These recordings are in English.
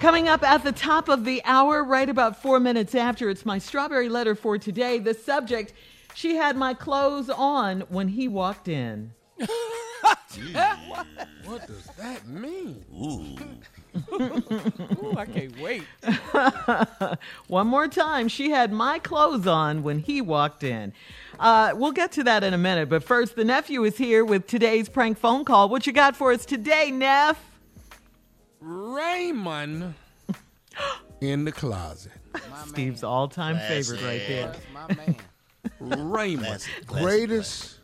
Coming up at the top of the hour, right about four minutes after, it's my strawberry letter for today. The subject She had my clothes on when he walked in. What does that mean? Ooh, I can't wait. One more time, she had my clothes on when he walked in. Uh, we'll get to that in a minute, but first, the nephew is here with today's prank phone call. What you got for us today, Neff? Raymond in the closet. Steve's all time favorite right there. My man. Raymond, Greatest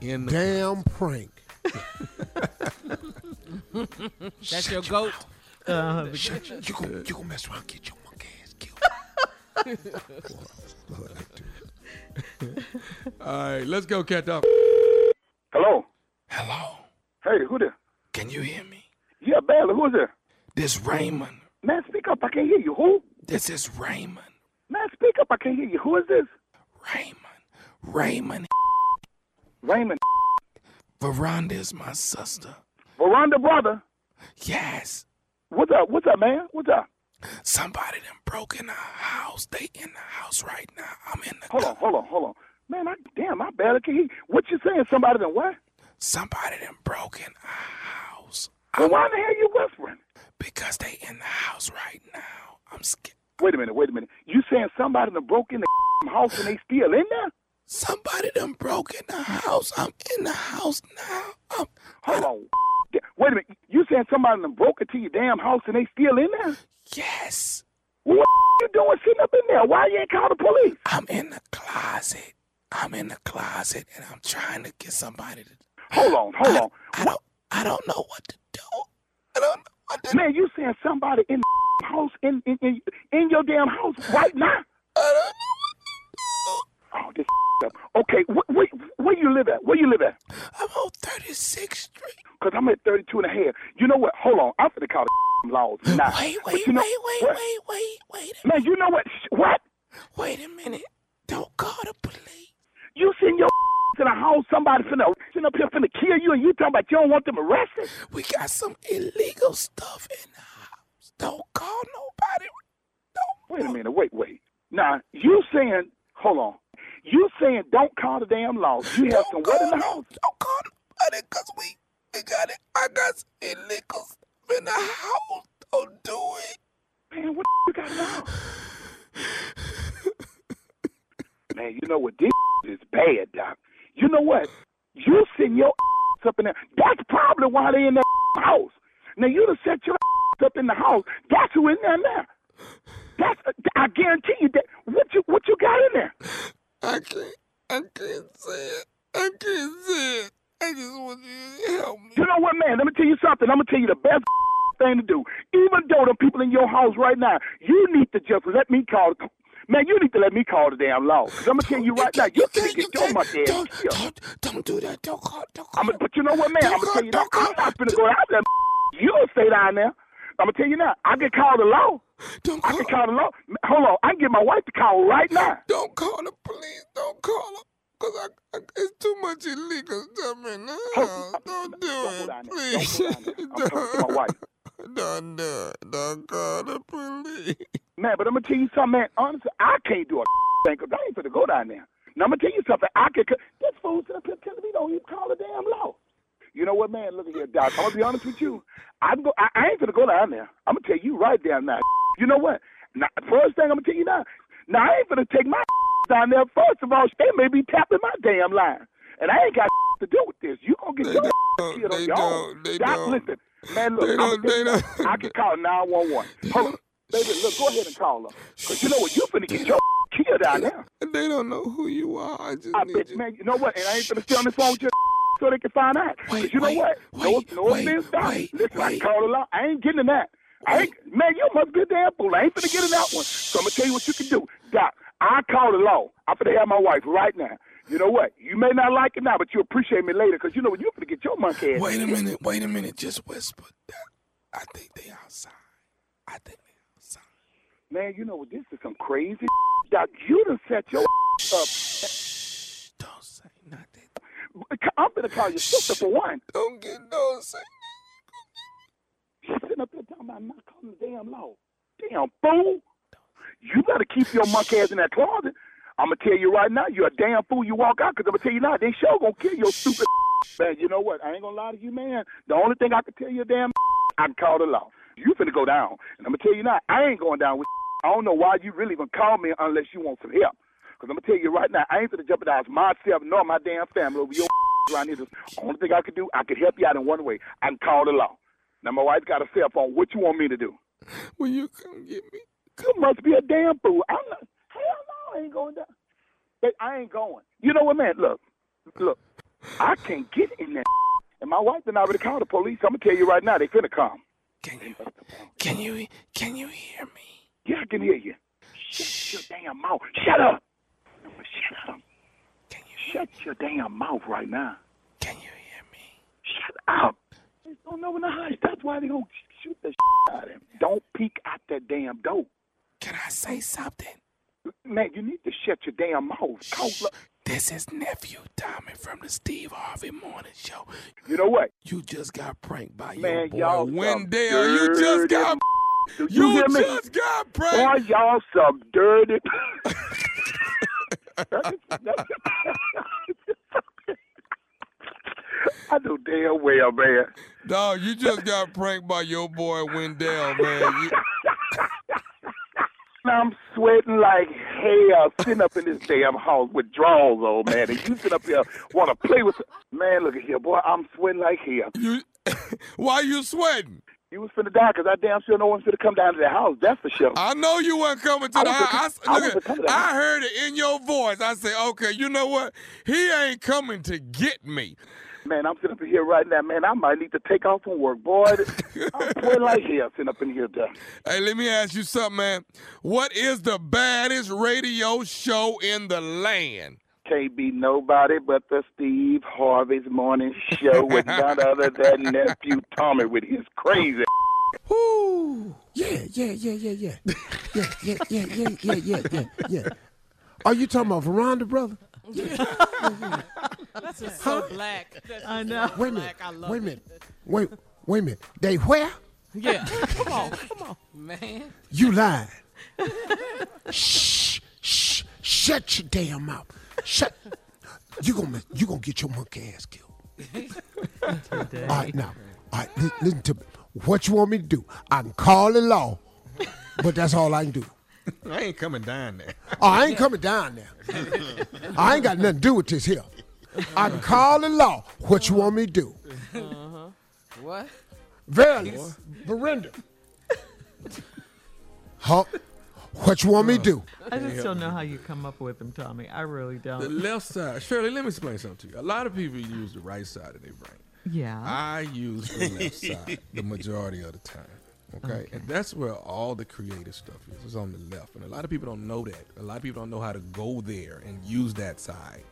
in the damn prank. That's your goat. Shut you, you gon' you gon' mess around, get your monkey ass killed. Lord, I do. All right, let's go catch up. Hello. Hello, Hey, who there? can you hear me? Yeah, Bella, who's there? This Raymond. Man, speak up. I can't hear you. Who? This is Raymond. Man, speak up. I can't hear you. Who is this? Raymond. Raymond. Raymond. Veranda is my sister. Veranda brother. Yes. What's up? What's up, man? What's up? Somebody done broke in our house. They in the house right now. I'm in the Hold on, hold on, hold on. Man, I damn, I barely can hear. you. What you saying? Somebody done what? Somebody done broke in our house. Well, why the hell you whispering? Because they in the house right now. I'm scared. Wait a minute, wait a minute. You saying somebody done broke in the house and they still in there? Somebody done broke in the house. I'm in the house now. I'm, Hold on. Da- Wait a minute. You saying somebody done broke into your damn house and they still in there? yes, What you doing sitting up in there? Why you ain't call the police? I'm in the closet. I'm in the closet and I'm trying to get somebody to. Hold on, hold on. I don't, I don't know what to do. I don't know what to do. Man, you saying somebody in the house in in, in in your damn house right now? I Oh, this up. Okay, wh- where, where you live at? Where you live at? don't know. I'm on 36th Street. Because I'm at 32 and a half. You know what? Hold on. I'm going to call the laws. Nah. Wait, But wait, you know, wait, wait, what? wait, wait, wait, a- Man, you know what? Sh- What? wait a minute. Don't call the police. You send your to the house, somebody finna sitting up here finna kill you, and you talking about you don't want them arrested? We got some illegal stuff in the house. Don't call nobody. Don't. Wait a minute. Wait, wait. Now, you saying, hold on. You saying don't call the damn laws. You have some Don't what in call, the no, house? don't call nobody because we, we got it. I got some illegal stuff in the house. Don't do it. Man, what you got now? Man, you know what? This is bad, Doc. You know what? You send your up in there. That's probably why they in that house. Now, you done set your up in the house. That's who in there now. That's, I guarantee you that. What you what you got in there? I can't. I can't say it. I can't say it. I just want you to help me. You know what, man? Let me tell you something. I'm gonna tell you the best thing to do. Even though the people in your house right now, you need to just let me call. The, man, you need to let me call the damn law. i I'm gonna tell you right now, You you're can't- gonna you get your can't- monkey ass Don't, killed. don't, don't do that. Don't call. Don't call. I'm gonna, but you know what, man? I'm gonna tell you now, I'm not gonna go out there. You don't stay down there. I'm gonna tell you now. I can call the law. don't I call. can call the law. Hold on, I can get my wife to call right now. Don't call the police. Don't call them. Because I, I, it's too much illegal stuff in the house. Don't do Don't go it. down there. Please. Don't go down there. I'm talking to my wife. Don't do it. Don't call the police. Man, but I'm gonna tell you something, man. Honestly, I can't do a thing 'cause I ain't finna go down there. Now I'm gonna tell you something. I could. This fool's up here telling me don't even call the damn law. You know what, man? Look at here, Doc. I'm gonna be honest with you. I'm go. I, I ain't finna go down there. I'm gonna tell you right down now. You know what? Now, first thing I'm gonna tell you now. Now I ain't finna take my down there. First of all, they may be tapping my damn line, and I ain't got to do with this. You gonna get your don't. killed on They your own. don't. They Doc, don't. listen, man. Look, They I'm don't. They don't. I can call 911. Hold on. Baby, look, go ahead and call her. Because you know what? You finna get your killed out there. They don't know who you are. I just I need bet, you. man, you know what? And I ain't finna stay on the phone with your so they can find out. 'Cause Wait, you know wait, what? wait, no no wait, offense, Doc. wait, Listen, I wait. called a lot. I ain't getting in that. I ain't, man, you must be a damn fool. I ain't finna get in that one. So I'm gonna tell you what you can do. Doc, I call the law. I'm finna have my wife right now. You know what? You may not like it now, but you appreciate me later because you know what? You finna get your monkey ass. Wait a minute. Wait a minute. Just whisper. I think they outside. I think they outside. Man, you know what? This is some crazy. Doc, you done set your up. Shh, Don't say nothing. I'm gonna call your sister for one. Don't get. Don't say. She's sitting sitting up there talking about not calling the damn law. Damn fool. You better keep your monk ass in that closet. I'm gonna tell you right now, you're a damn fool. You walk out because I'm gonna tell you now, they sure gonna kill your stupid. man, you know what? I ain't gonna lie to you, man. The only thing I can tell you, damn, I can call the law. You finna go down, and I'm gonna tell you now, I ain't going down with. I don't know why you really gonna call me unless you want some help. Cause I'm gonna tell you right now, I ain't gonna jeopardize myself nor my damn family over your around here. The only thing I could do, I could help you out in one way. I can call the law. Now my wife's got a cell phone. What you want me to do? Will you come get me? You must be a damn fool. I'm not. Hell no, I ain't going down. But I ain't going. You know what, man? Look, look. I can't get in that. And my wife and I already called the police. I'm gonna tell you right now, they finna come. Can you? Can you? Can you hear me? Yeah, I can hear you. Shut your damn mouth. Shut up. No, Shut up. Can you? Shut your damn mouth right now. Can you hear me? Shut up. They don't know when to hush. That's why they gonna shoot the shit out of him. Don't peek out that damn door. Can I say something? Man, you need to shut your damn mouth. Call, look, This is nephew Tommy from the Steve Harvey Morning Show. you know what? You just got pranked by your Man, boy y'all some Wendell. You just dirty got. Do you, You hear me? just got Boy, pranked. y'all some dirty. I know damn well, man. Dog, you just got pranked by your boy Wendell, man. You- I'm sweating like hell sitting up in this damn house with drawers on, man. And you sit up here want to play with. Man, look at here, boy. I'm sweating like hell. You, why you sweating? You was finna die because I damn sure no one's finna come down to the house. That's for sure. I know you weren't coming to I the was house. becom- I, I look was at- becoming a- I heard it in your voice. I said, okay, you know what? He ain't coming to get me. Man, I'm sitting up in here right now, man. I might need to take off from work, boy. I'm sweating like hell sitting up in here, damn. Hey, let me ask you something, man. What is the baddest radio show in the land? Can't be nobody but the Steve Harvey's morning show with none other than nephew Tommy with his crazy. Whoo! Yeah, yeah, yeah, yeah, yeah. Yeah, yeah, yeah, yeah, yeah, yeah, yeah, yeah. Are you talking about Veranda, brother? That's just so black. That's I know. Wait a minute. black. I love Wait a it. minute. Wait, wait a minute. They where? Yeah. come on, come on, man. You lying. shh, shh, shut your damn mouth. Shut. You gonna you gonna get your monkey ass killed. all right now, all right. li- listen to me. What you want me to do? I can call the law, but that's all I can do. I ain't coming down there. Oh, I ain't coming down there. I ain't got nothing to do with this here. I can call the law. What you want me to do? What? Verily, Verinder. Huh? What you want me to do? I just don't know how you come up with them, Tommy. I really The don't. left side. Shirley, let me explain something to you. A lot of people use the right side of their brain. Yeah. I use the left side the majority of the time. Okay? And that's where all the creative stuff is. It's on the left. And a lot of people don't know that. A lot of people don't know how to go there and use that side.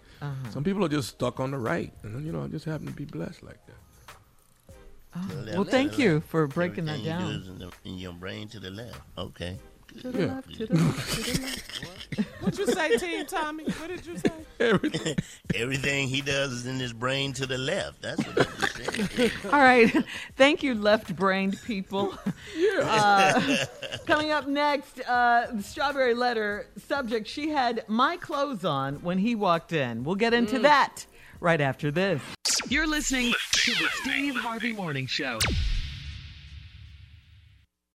Some people are just stuck on the right. And, you know, I just happen to be blessed like that. Well, thank you for breaking that Everything you do down. is in, the, in your brain to the left. Okay. To the left, to the left, to the left. What'd you say, Team Tommy? What did you say? Everything. Everything he does is in his brain to the left. That's what he said. All right. Thank you, left brained people. Uh, coming up next, uh, Strawberry Letter subject She had my clothes on when he walked in. We'll get Mm. into that right after this. You're listening to the Steve Harvey Morning Show.